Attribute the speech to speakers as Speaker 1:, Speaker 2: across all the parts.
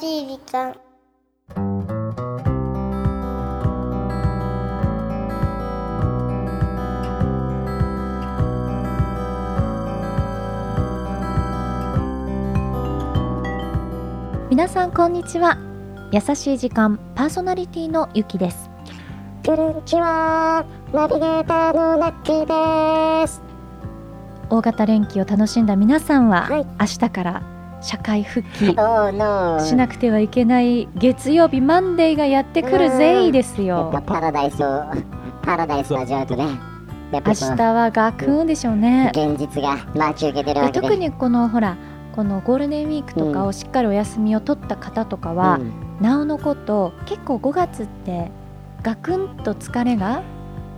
Speaker 1: しい時間
Speaker 2: 皆さんこんにちは優しい時間パーソナリティのゆきです
Speaker 1: こんにちはナビゲーターのなっきーです
Speaker 2: 大型連休を楽しんだ皆さんは、
Speaker 1: はい
Speaker 2: 明日から社会復帰
Speaker 1: おーの
Speaker 2: しなくてはいけない月曜日マンデーがやってくるぜいです
Speaker 1: やっぱ
Speaker 2: よ
Speaker 1: パラダイスをパラダイスを味わうとねやっ
Speaker 2: 明
Speaker 1: ぱりそ
Speaker 2: 日
Speaker 1: の
Speaker 2: はガクンでしょうね
Speaker 1: 現実が待ち受けてるわ
Speaker 2: で
Speaker 1: けで
Speaker 2: 特にこのほらこのゴールデンウィークとかをしっかりお休みを取った方とかは、
Speaker 1: うん
Speaker 2: なおのこと結構5月ってガクンと疲れが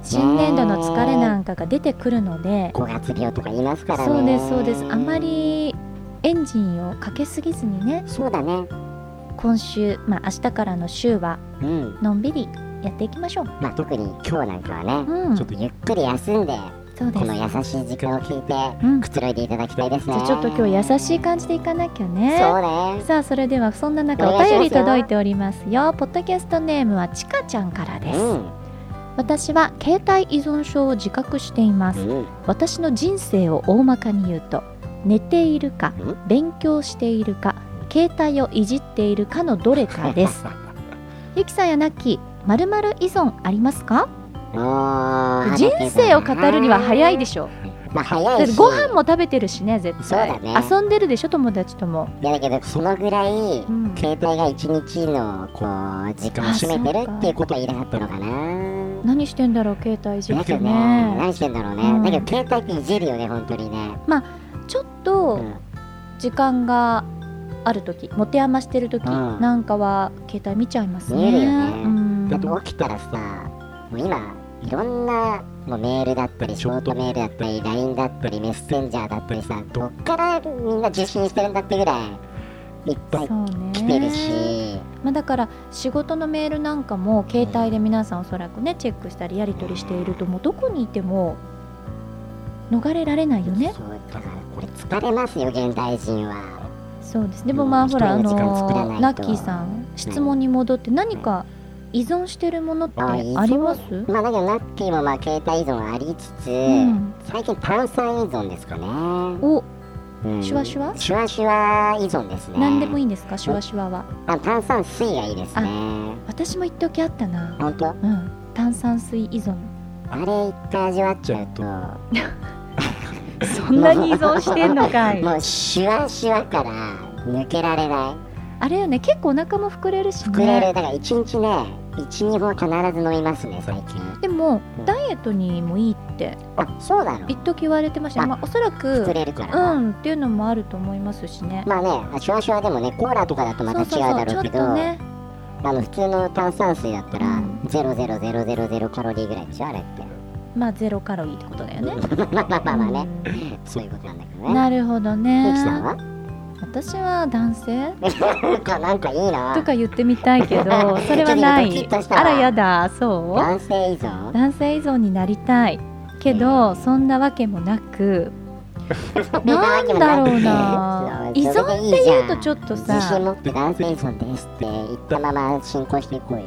Speaker 2: 新年度の疲れなんかが出てくるので
Speaker 1: 五月病とか言いますからね
Speaker 2: そうですそうですあまりエンジンをかけすぎずにね
Speaker 1: そうだね
Speaker 2: 今週まあ明日からの週は
Speaker 1: うん
Speaker 2: のんびりやっていきましょう
Speaker 1: まあ特に今日なんかはね
Speaker 2: うん
Speaker 3: ち
Speaker 2: そ
Speaker 3: ょっと
Speaker 1: ゆっくり休んで
Speaker 2: うで
Speaker 1: こ
Speaker 2: す
Speaker 1: の優しい時間を聞いて
Speaker 2: うん
Speaker 1: く
Speaker 2: じ
Speaker 1: つろいでいただきたいですね
Speaker 2: ゃあちょっと今日優しい感じでいかなきゃ
Speaker 1: そ
Speaker 2: ね
Speaker 1: うね
Speaker 2: さあそれではそんな中
Speaker 1: お
Speaker 2: お
Speaker 1: 願いしますよ
Speaker 2: 便り届いておりますよポッドキャストネームはちかちゃんからです、私は携帯依存症を自覚しています
Speaker 1: うんうん
Speaker 2: 私の人生を大まかに言うと寝ているか
Speaker 1: ん
Speaker 2: 勉強しているか携帯をいじっているかのどれかです ゆきさんやなっきまるまる依存ありますか
Speaker 1: もう
Speaker 2: 人生を語るには早いでしょ
Speaker 1: ま
Speaker 2: だ
Speaker 1: あ早
Speaker 2: っ
Speaker 1: い
Speaker 2: て
Speaker 1: し
Speaker 2: ご飯も食べてるしね絶対
Speaker 1: そうだね
Speaker 2: 遊んでるでしょ友達とも、
Speaker 1: いやだけどそのぐらい、
Speaker 2: ん
Speaker 1: 携帯が一日のこう時間を占めてるっていうことを言いたかったのかな
Speaker 2: 何してんだろう携帯いじ
Speaker 1: だ
Speaker 2: っ
Speaker 1: け
Speaker 2: て
Speaker 1: どね
Speaker 2: ね
Speaker 1: 何してんだろうね、
Speaker 2: うん
Speaker 1: だけど携帯っていじるよね本当にね
Speaker 2: ちょっ
Speaker 1: う
Speaker 2: と
Speaker 1: ん
Speaker 2: 時間がある時持て余してる時
Speaker 1: うん
Speaker 2: なんかは携帯見ちゃいますね
Speaker 1: 見えるよね
Speaker 2: うん
Speaker 1: だって起きたらさもう今いろんなもうメールだったりショートメールだったり LINE だったりメッセンジャーだったりさどっからみんな受信してるんだってぐらいいっぱい
Speaker 2: そう
Speaker 1: 来てる
Speaker 2: ね
Speaker 1: し、
Speaker 2: まあ、だから仕事のメールなんかも携帯で皆さんおそらくねチェックしたりやり取りしているともうどこにいても逃れられないよね
Speaker 1: そうだからこれ疲れますよ現代人は
Speaker 2: そうですでもまあほらあ
Speaker 1: 一
Speaker 2: の
Speaker 1: 人の時間作らないと
Speaker 2: ラッキーさん質問に戻って何か依存してるものって
Speaker 1: あ依存
Speaker 2: あります
Speaker 1: まあだけどナッキーもまあ携帯依存はありつつ、
Speaker 2: うん、
Speaker 1: 最近炭酸依存ですかね、
Speaker 2: お
Speaker 1: うん
Speaker 2: シュワシュワ
Speaker 1: シュワシュワ依存ですね
Speaker 2: 何でもい
Speaker 1: い
Speaker 2: いんですかシュワシュワは
Speaker 1: あ炭酸水がいいですね
Speaker 2: 私も一時あったな
Speaker 1: 本当
Speaker 2: うん炭酸水依存
Speaker 1: あれ一回味わっちゃうと
Speaker 2: そんなに依存してんのかい
Speaker 1: もうシュワシュワから抜けられない
Speaker 2: あれよね結構お腹も膨れるし
Speaker 1: 膨れる、
Speaker 2: ね
Speaker 1: だから一日ね12本必ず飲みますね最近
Speaker 2: でも
Speaker 1: うん
Speaker 2: ダイエットにもいいって
Speaker 1: あそうなの
Speaker 2: 一時言われてましたね、
Speaker 1: あ
Speaker 2: まあ、おそら
Speaker 1: 膨
Speaker 2: く
Speaker 1: れるから、
Speaker 2: うんっていうのもあると思いますしね。
Speaker 1: まあねシュワシュワでもねコーラとかだとまた違うだ
Speaker 2: ちょ
Speaker 1: ろう
Speaker 2: っ
Speaker 1: けど
Speaker 2: とね
Speaker 1: あの普通の炭酸水だったら
Speaker 2: うん
Speaker 1: 00000カロリーぐらいでしょあれって
Speaker 2: まあゼロカロリーってことだよね。
Speaker 1: まあまあまあまあね、
Speaker 2: う
Speaker 1: そういうことなんだけど
Speaker 2: ん
Speaker 1: ね
Speaker 2: なるほど
Speaker 1: ゆ
Speaker 2: ね
Speaker 1: き。さんは
Speaker 2: 私は男性
Speaker 1: なんかなんかいいな
Speaker 2: とか言ってみたい けどそれはな
Speaker 1: ちょっと今ドキッ
Speaker 2: い
Speaker 1: としたわ
Speaker 2: あらやだそ
Speaker 1: 男性依
Speaker 2: う
Speaker 1: 存
Speaker 2: 男性依存になりたいけどそんなわけもな くなんだろう な依存
Speaker 1: って
Speaker 2: 言うとちょっと
Speaker 1: 自信
Speaker 2: さ
Speaker 1: 持って男性依存ですって言ったまま進行していこうよ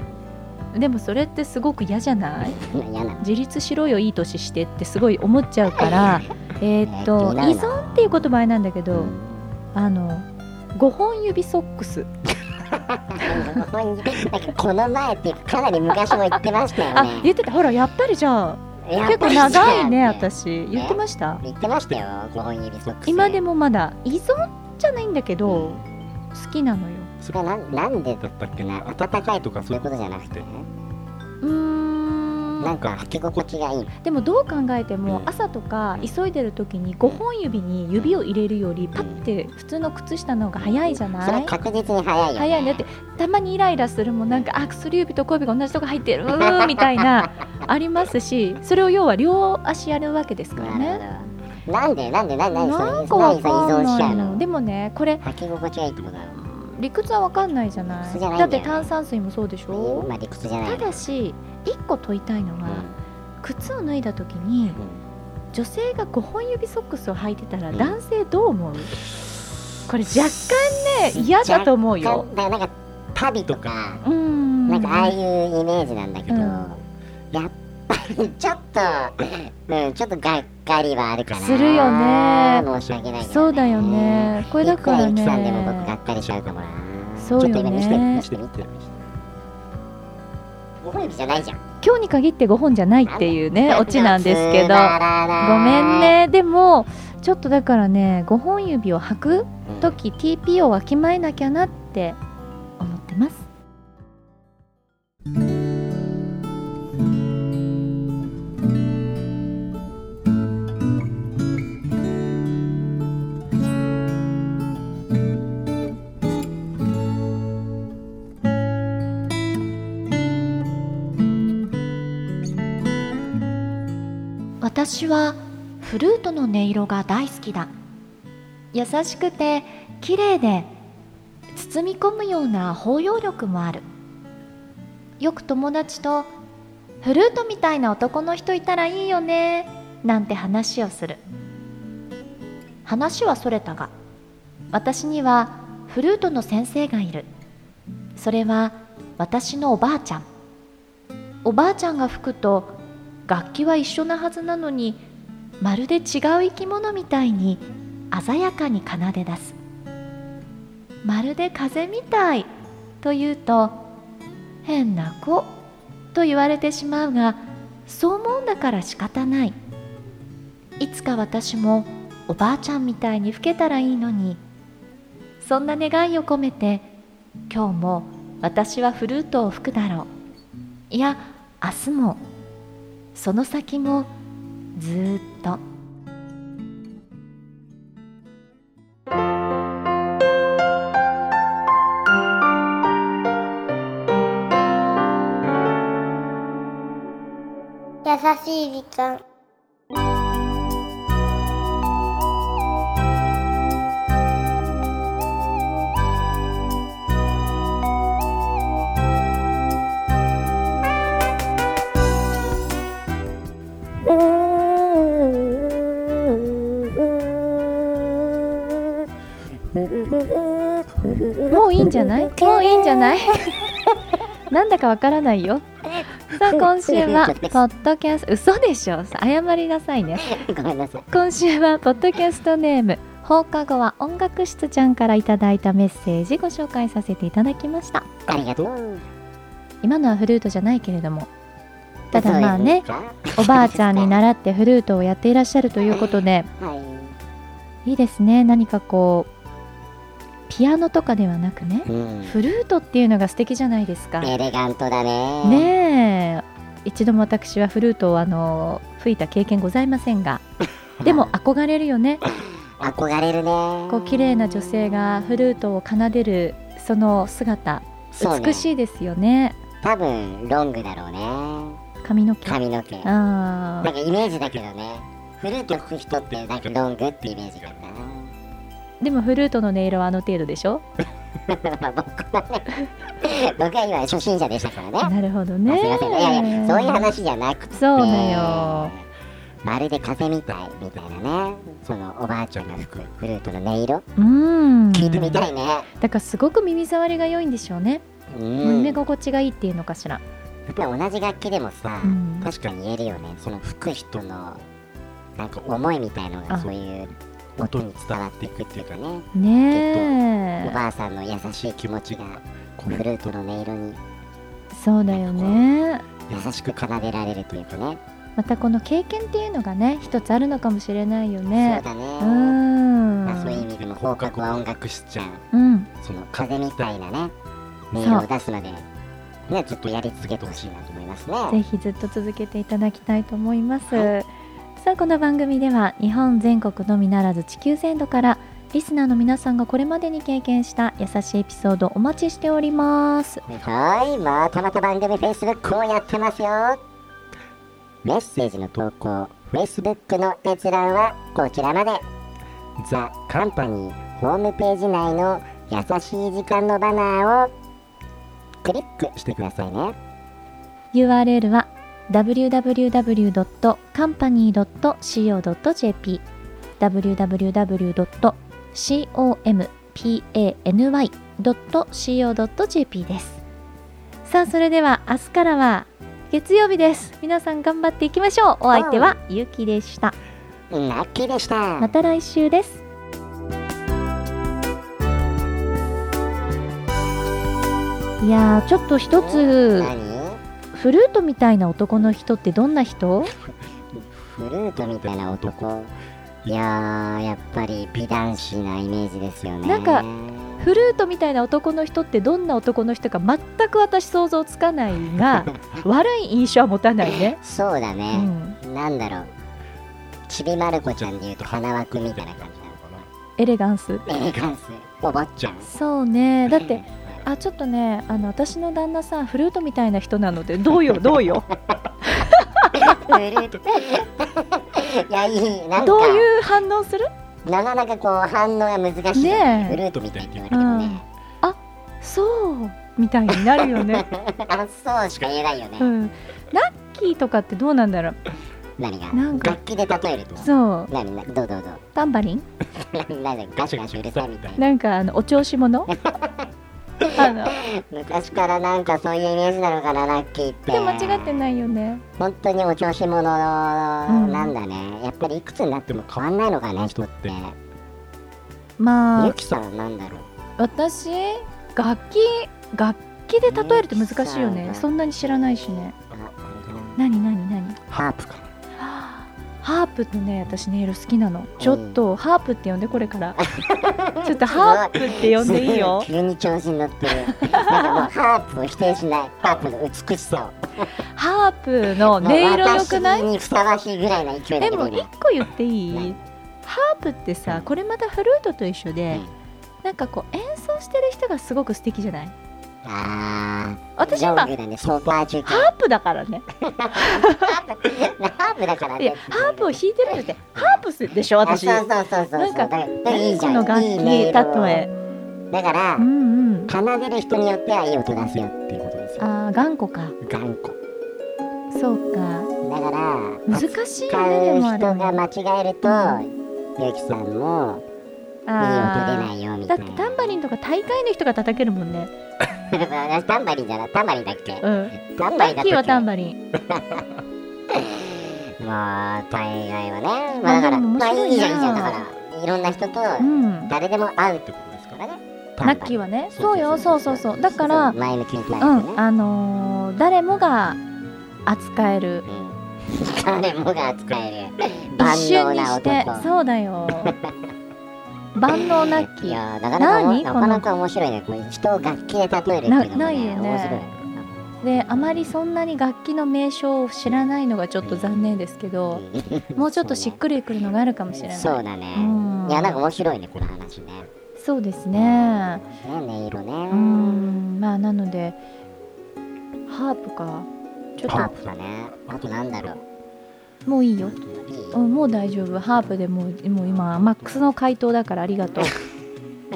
Speaker 2: でもそれってすごく嫌じゃない
Speaker 1: 嫌なの
Speaker 2: 自立しろよいい年してってすごい思っちゃうから えーっと
Speaker 1: えー気になるな
Speaker 2: 依存っていう言葉なんだけど、
Speaker 1: うん
Speaker 2: あの5本指ソックス
Speaker 1: なんかこの前っていうかかなり昔も言ってましたよ
Speaker 2: あ
Speaker 1: ね
Speaker 2: 言ってたほらやっぱりじゃあ
Speaker 1: や
Speaker 2: 結
Speaker 1: っぱ
Speaker 2: 構
Speaker 1: りさ
Speaker 2: 長いね
Speaker 1: って
Speaker 2: 私言ってました
Speaker 1: 言ってましたよ5本指ソックス
Speaker 2: 今で
Speaker 1: も
Speaker 2: もまだ依存じゃないんだけど好きなのよ
Speaker 1: それはなんなんで
Speaker 3: だったっけ
Speaker 1: な
Speaker 3: な
Speaker 1: 温かいとかそういうことじゃなくて
Speaker 2: うー
Speaker 1: なん
Speaker 2: ん
Speaker 1: か履き心地がいいの
Speaker 2: でもどう考えても
Speaker 1: うん
Speaker 2: 朝とか急いでる時に5本指に指を入れるよりパッて普通の靴下の方が早いじゃな
Speaker 1: それ
Speaker 2: い
Speaker 1: は確実に早いよ、ね、
Speaker 2: 早いねだってたまにイライラするもんなんかあ薬指と小指が同じとこ入ってるう ーんみたいなありますしそれを要は両足やるわけですからね
Speaker 1: なるほどなんでなんでなんでなんでそれ
Speaker 2: なんかわかん
Speaker 1: 依存しち
Speaker 2: な
Speaker 1: ゃ
Speaker 2: いうの
Speaker 1: の
Speaker 2: でもねこれ
Speaker 1: 履き心地がいいってことなの
Speaker 2: 理屈はわかんないじゃな
Speaker 1: 理
Speaker 2: い
Speaker 1: 屈じゃないんだ
Speaker 2: だ
Speaker 1: よ
Speaker 2: って
Speaker 1: ね
Speaker 2: 炭酸水もそうでしょ
Speaker 1: まあ理屈じゃない
Speaker 2: た
Speaker 1: の
Speaker 2: だし一個問いたいの
Speaker 1: う
Speaker 2: は
Speaker 1: ん
Speaker 2: 靴を脱いだ時に
Speaker 1: うん
Speaker 2: 女性が5本指ソックスを履いてたら
Speaker 1: うん
Speaker 2: 男性どう思う、これ若干ね嫌だと思うよ。
Speaker 1: だからなんか旅とか
Speaker 2: うん
Speaker 1: なんかああいうイメージなんだけど、
Speaker 2: うん
Speaker 1: やっぱりちょっと、うん、ちょっとがっかりはあるから
Speaker 2: するよね
Speaker 1: 申し訳ないけど、
Speaker 2: そうだよね。こ
Speaker 1: こ
Speaker 2: れだからね。
Speaker 1: さんでも僕がっかりしちゃうかもな
Speaker 2: そうよね
Speaker 1: ちょっと今見せて見せて見せて見せてご本人じゃないじゃん
Speaker 2: 今日に限って5本じゃないっていう ねオチなんですけ
Speaker 1: つ
Speaker 2: ど。
Speaker 1: まらない
Speaker 2: ごめん、ねでもちょっとだからね5本指を履く
Speaker 1: うん
Speaker 2: 時 TP をわきまえなきゃなって思ってます私はフルートの音色が大好きだ優しくて綺麗で包み込むような包容力もあるよく友達と「フルートみたいな男の人いたらいいよね」なんて話をする話はそれたが私にはフルートの先生がいるそれは私のおばあちゃんおばあちゃんが吹くと楽器は一緒なはずなのにまるで違う生き物みたいに鮮やかに奏で出すまるで風みたいと言うと変な子と言われてしまうがそう思うんだから仕方ないいつか私もおばあちゃんみたいに老けたらいいのにそんな願いを込めて今日も私はフルートを吹くだろういや明日もその先もずーっと。
Speaker 3: 優しい時間
Speaker 2: もういいんじゃない もういいんじゃないなんだかわからないよさあ今週 はポッドキャスト嘘でしょさ謝りなさいね
Speaker 1: ごめんなさい
Speaker 2: 今週はポッドキャストネーム放課後は音楽室ちゃんからいただいたメッセージご紹介させていただきました
Speaker 1: ありがとう
Speaker 2: 今のはフルートじゃないけれどもただまあね
Speaker 1: そうですか
Speaker 2: おばあちゃんに習ってフルートをやっていらっしゃるということで
Speaker 1: はい
Speaker 2: いいですね何かこうピアノとかではなくね
Speaker 1: うん
Speaker 2: フルートっていうのが素敵じゃないですか
Speaker 1: エレガントだね
Speaker 2: ねえ一度も私はフルートをあの吹いた経験ございませんがでも憧れるよね
Speaker 1: 憧れるね
Speaker 2: こう綺麗な女性がフルートを奏でるその姿
Speaker 1: そうね
Speaker 2: 美しいですよね
Speaker 1: 多分ロングだろうね
Speaker 2: 髪の毛あ
Speaker 1: 髪の毛なん
Speaker 2: あ
Speaker 1: かイメージだけどねフルート吹く人ってなんかロングってイメージがあるな
Speaker 2: ーでもフルートの音色はあの程度でしょ
Speaker 1: まあ僕はね僕は今初心者でしたからね
Speaker 2: なるほど
Speaker 1: あ
Speaker 2: ね
Speaker 1: すいませんいやいやそういう話じゃなくて
Speaker 2: そうだよ
Speaker 1: まるで風みたいみたいなねそのおばあちゃんが吹くフルートの音色
Speaker 2: うん
Speaker 1: 聞いてみたいね
Speaker 2: だからすごく耳障りが良いんでしょうね、
Speaker 1: うん
Speaker 2: 胸
Speaker 1: やっ
Speaker 2: 心地がいいっていうのかしら、
Speaker 1: ぱ同じ楽器でもさ
Speaker 2: うん
Speaker 1: 確かに言えるよねその吹く人のなんか思いみたいの
Speaker 2: あ
Speaker 1: がそういう音に伝わっていくっていうかね
Speaker 2: ね
Speaker 1: お
Speaker 2: え
Speaker 1: ばあさんの優しい気持ちがこうフルートの音色に
Speaker 2: そうだよね
Speaker 1: 優しく奏でられるというかね
Speaker 2: またこの経験っていうのがね一つあるのかもしれないよ
Speaker 1: そう
Speaker 2: ね
Speaker 1: だ
Speaker 2: う
Speaker 1: ね
Speaker 2: ん
Speaker 1: まあそういう意味でも放課後は音楽室ちゃん
Speaker 2: うん
Speaker 1: その風みたいなね
Speaker 2: そう
Speaker 1: 音色を出すまでねずっとやり続けてほしいなと思います
Speaker 2: ぜ
Speaker 1: ね
Speaker 2: ひずっと続けていただきたいと思います、さあこの番組では日本全国のみならず地球全土からリスナーの皆さんがこれまでに経験した優しいエピソードをお待ちしております
Speaker 1: はいまたまた番組 Facebook をやってますよメッセージの投稿 Facebook の閲覧はこちらまでザ・カンパニーホームページ内の優しい時間のバナーをクリックしてくださいね
Speaker 2: URL は www.company.co.jp www.company.co.jp pany.co.jp ですさあそれでは明日からは月曜日です皆さん頑張っていきましょうお相手はゆきでした
Speaker 1: ラッキーでした。
Speaker 2: また来週ですいやーちょっと一つ
Speaker 1: 何
Speaker 2: フルートみたいな男の人ってどんな人
Speaker 1: フルートみたいな男いやーやっぱり美男子なイメージですよね
Speaker 2: なんかフルートみたいな男の人ってどんな男の人か全く私想像つかない が悪い印象は持たないね、
Speaker 1: そうだ
Speaker 2: う
Speaker 1: ね、
Speaker 2: ん、
Speaker 1: なんだろうちびまる子ちゃんでいうと花輪くみたいな感じ
Speaker 2: エレガンス
Speaker 1: なのかなエレガンスお坊ちゃん
Speaker 2: そうねだ って
Speaker 1: あ
Speaker 2: あちょっとねあの私の旦那さんフルートみたいな人なのでど うよどうよ
Speaker 1: フルートいやいいなんか
Speaker 2: どういう反応する
Speaker 1: なかなかこう反応が難しい、
Speaker 2: ねえ
Speaker 1: フルートみたいって言われてもね、
Speaker 2: そうみたいになるよ ね、
Speaker 1: あそうしか言えないよね、
Speaker 2: うん、ラッキーとかってどうなんだろう
Speaker 1: 何が
Speaker 2: なんか
Speaker 1: 楽器で例えると
Speaker 2: そう
Speaker 1: 何などうど うどう
Speaker 2: タンバリン
Speaker 1: なんだガシガシうるさいみたいな。
Speaker 2: なんかあのお調子 者あの
Speaker 1: 昔からなんかそういうイメージなのかな、ラッキーって。
Speaker 2: でも間違ってないよね
Speaker 1: 本当にお調子者
Speaker 2: うん
Speaker 1: なんだね。やっぱりいくつになっても変わんないのかな、人って。
Speaker 2: ま
Speaker 1: ゆ
Speaker 2: あ
Speaker 1: きさんはなんだろう。
Speaker 2: 私楽器楽器で例えると難しいよ
Speaker 1: ミキサー
Speaker 2: ね
Speaker 1: が
Speaker 2: そんなに知らないしね
Speaker 1: ああれかな
Speaker 2: 何何何
Speaker 1: ハープか
Speaker 2: ハープってね私音色好きなのちょっとハープって呼んでこれから ちょっと
Speaker 1: な。
Speaker 2: ハープって呼んでいいよ
Speaker 1: す ご急に調子に乗ってる。なんかもうハープを否定しない。ハープの美しさを。
Speaker 2: ハープの音色良くない
Speaker 1: もう私にふさわしいぐらいの勢いだ
Speaker 2: で
Speaker 1: け
Speaker 2: も一
Speaker 1: どね。
Speaker 2: 個言ってい
Speaker 1: ね
Speaker 2: いハープってさこれまたフルートと一緒で
Speaker 1: うん
Speaker 2: なんかこう演奏してる人がすごく素敵じゃない
Speaker 1: あー、
Speaker 2: 私
Speaker 1: ジョン
Speaker 2: 今
Speaker 1: グだね、ソーパー中継。
Speaker 2: ハープだからね
Speaker 1: ハープだから
Speaker 2: い
Speaker 1: ね。
Speaker 2: やハープを弾いてるのでハープでしょ
Speaker 1: あ
Speaker 2: 私
Speaker 1: そうそうそうそう
Speaker 2: なんか
Speaker 1: だらだからい
Speaker 2: 何
Speaker 1: いじ
Speaker 2: こ
Speaker 1: ゃん
Speaker 2: の楽
Speaker 1: い
Speaker 2: 器
Speaker 1: い音
Speaker 2: 例
Speaker 1: 色を
Speaker 2: え
Speaker 1: だから
Speaker 2: うんうん
Speaker 1: 奏でる人によってはいい音出すよっていうことですよ
Speaker 2: あー頑固か
Speaker 1: 頑固
Speaker 2: そうか
Speaker 1: だから
Speaker 2: 難しいよ
Speaker 1: 使
Speaker 2: ねで
Speaker 1: う
Speaker 2: もあれ
Speaker 1: 人が間違えるとゆきさんもいい音出
Speaker 2: あ
Speaker 1: ないよみ
Speaker 2: ー
Speaker 1: た
Speaker 2: だ
Speaker 1: い
Speaker 2: っ
Speaker 1: な
Speaker 2: てタンバリンとか大概の人が叩けるもんね
Speaker 1: ンタンバリンじゃないタンバリンだっけ
Speaker 2: うん
Speaker 1: タンバ
Speaker 2: ラ
Speaker 1: リン
Speaker 2: ッ
Speaker 1: だっ
Speaker 2: キー
Speaker 1: け
Speaker 2: はタン
Speaker 1: バ
Speaker 2: バリン
Speaker 1: リンまあ大概はね
Speaker 2: ま
Speaker 1: ま
Speaker 2: あで
Speaker 1: あだから
Speaker 2: も面
Speaker 1: まあ
Speaker 2: 白いない
Speaker 1: いじゃんいいじゃんだからいろんな人と
Speaker 2: うん
Speaker 1: 誰でも会うってことですからねタン
Speaker 2: ラ
Speaker 1: バリン
Speaker 2: ッキーはねそうよそうそうそうだから
Speaker 1: そう前向きに捉え
Speaker 2: う
Speaker 1: てね
Speaker 2: んあのー誰もが扱える
Speaker 1: 誰もが扱える
Speaker 2: 一
Speaker 1: 万
Speaker 2: 瞬
Speaker 1: 能
Speaker 2: に
Speaker 1: な
Speaker 2: して
Speaker 1: 男
Speaker 2: そうだ よ万能ラッキ
Speaker 1: い
Speaker 2: ー
Speaker 1: やーなかなか
Speaker 2: 何
Speaker 1: な
Speaker 2: この
Speaker 1: かなか面白いねこう人を楽器で例えるっていうのも、ね、
Speaker 2: なないよね
Speaker 1: 面白い
Speaker 2: であまりそんなに楽器の名称を知らないのがちょっと残念ですけどもうちょっとしっくりくるのがあるかもしれない
Speaker 1: そうだね、
Speaker 2: うん
Speaker 1: いやなんか面白いねこの話ねね
Speaker 2: そうですね
Speaker 1: 音色ね
Speaker 2: うーんまあなのでハープかちょ
Speaker 1: ハー
Speaker 2: っ
Speaker 1: プだねあとなんだろう
Speaker 2: ともういいよ
Speaker 1: いい
Speaker 2: うんもう大丈夫ハープでもうもう今マックスの回答だからありが とう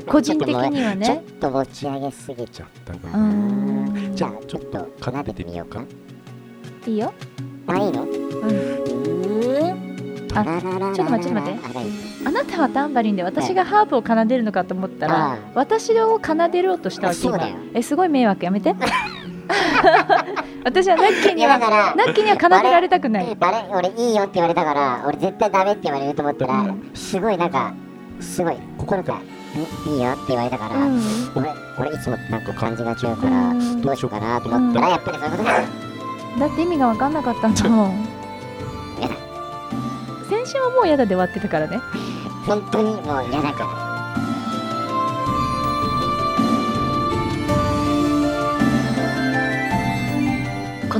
Speaker 2: 個人的には
Speaker 1: ちょっ
Speaker 2: ね
Speaker 1: と持ち上げすぎちゃったか
Speaker 2: うーん
Speaker 1: じゃあちょっと奏でてみようか
Speaker 2: いいよ
Speaker 1: あいいのうーん
Speaker 2: あ
Speaker 1: ち
Speaker 2: ちょっと待ってちょっと待ってあなたはタンバリンで私がハープを奏でるのかと思った
Speaker 1: あ
Speaker 2: ら
Speaker 1: あ
Speaker 2: 私を奏でろうとしたわけ
Speaker 1: そう
Speaker 2: 今
Speaker 1: だよ
Speaker 2: えすごい迷惑や めて私はナッキー
Speaker 1: い
Speaker 2: に
Speaker 1: やだ
Speaker 2: は
Speaker 1: から
Speaker 2: ナッキーには奏でられたくない
Speaker 1: あれ俺いいよって言われたから俺絶対ダメって言われると思ったら、
Speaker 2: うん
Speaker 1: すごいなんかすごい心から「んいいよ」って言われたから、
Speaker 2: うん
Speaker 1: 俺俺いつもなんか感じが違うから、
Speaker 2: うん
Speaker 1: どうしようかなと思ったら、やっぱりそういうことだ
Speaker 2: だって意味が分かんなかったんだもん先週はもうやだで終わってたからね
Speaker 1: 本当にもう嫌だから。
Speaker 2: こ